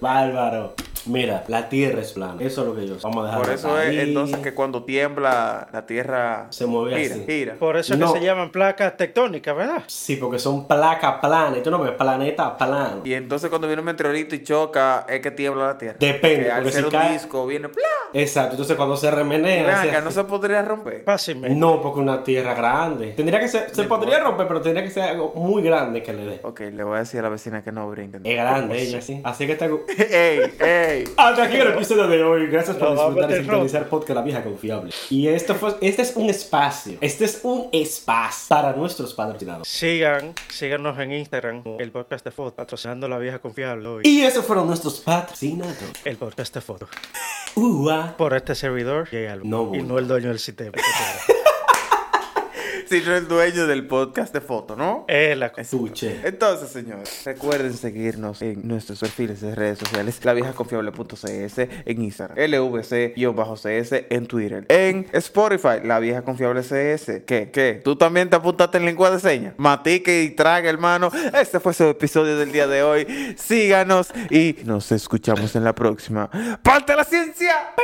Speaker 2: Bárbaro. Mira, la tierra es plana. Eso es lo que yo. Vamos a dejar.
Speaker 1: Por eso es entonces que cuando tiembla la tierra
Speaker 2: Se mueve
Speaker 1: gira,
Speaker 2: así.
Speaker 1: gira.
Speaker 3: Por eso es
Speaker 2: No.
Speaker 3: que se llaman placas tectónicas, ¿verdad?
Speaker 2: Sí, porque son placas planas. Tú no ves planeta plano.
Speaker 1: Y entonces cuando viene un meteorito y choca, es que tiembla la tierra.
Speaker 2: Depende,
Speaker 1: Que al
Speaker 2: porque
Speaker 1: ser
Speaker 2: si
Speaker 1: un
Speaker 2: cae-
Speaker 1: disco viene ¡plá!
Speaker 2: Exacto. Entonces cuando se
Speaker 1: Y
Speaker 2: remenea.
Speaker 1: blanca,
Speaker 2: hace
Speaker 1: no
Speaker 2: así.
Speaker 1: se podría romper.
Speaker 3: Fácilmente.
Speaker 2: No, porque una tierra grande. Tendría que ser, se podría romper, pero tendría que ser algo muy grande que le dé.
Speaker 1: Ok, le voy a decir a la vecina que no brinque.
Speaker 2: Es grande ella, sí. Así que está.
Speaker 1: ey, ey.
Speaker 2: Hasta aquí el episodio de hoy. Gracias por
Speaker 3: Nos vamos
Speaker 2: disfrutar
Speaker 3: de
Speaker 2: y sintonizar Podcast La Vieja Confiable. Y esto fue, este es un espacio. Este es un espacio para nuestros patrocinados.
Speaker 3: Sigan, síganos en Instagram, como el podcast de foto, patrocinando la vieja confiable hoy.
Speaker 2: Y esos fueron nuestros patrocinados.
Speaker 3: El podcast de foto.
Speaker 2: Ua.
Speaker 3: Por este servidor, Jay Alba.
Speaker 2: No,
Speaker 3: y
Speaker 2: bueno.
Speaker 3: no el dueño del sistema.
Speaker 1: Si no el dueño del podcast de foto, ¿no?
Speaker 3: es la cosa.
Speaker 2: Suche.
Speaker 1: Entonces, señores, recuerden seguirnos en nuestros perfiles de redes sociales, laviejaconfiable.cs, en Instagram, lvc-cs, en Twitter, en Spotify, La Vieja Confiable CS. ¿Qué? ¿Qué? ¿Tú también te apuntaste en lengua de señas? Matique y traga, hermano. Este fue su episodio del día de hoy. Síganos y nos escuchamos en la próxima. ¡Parte la ciencia!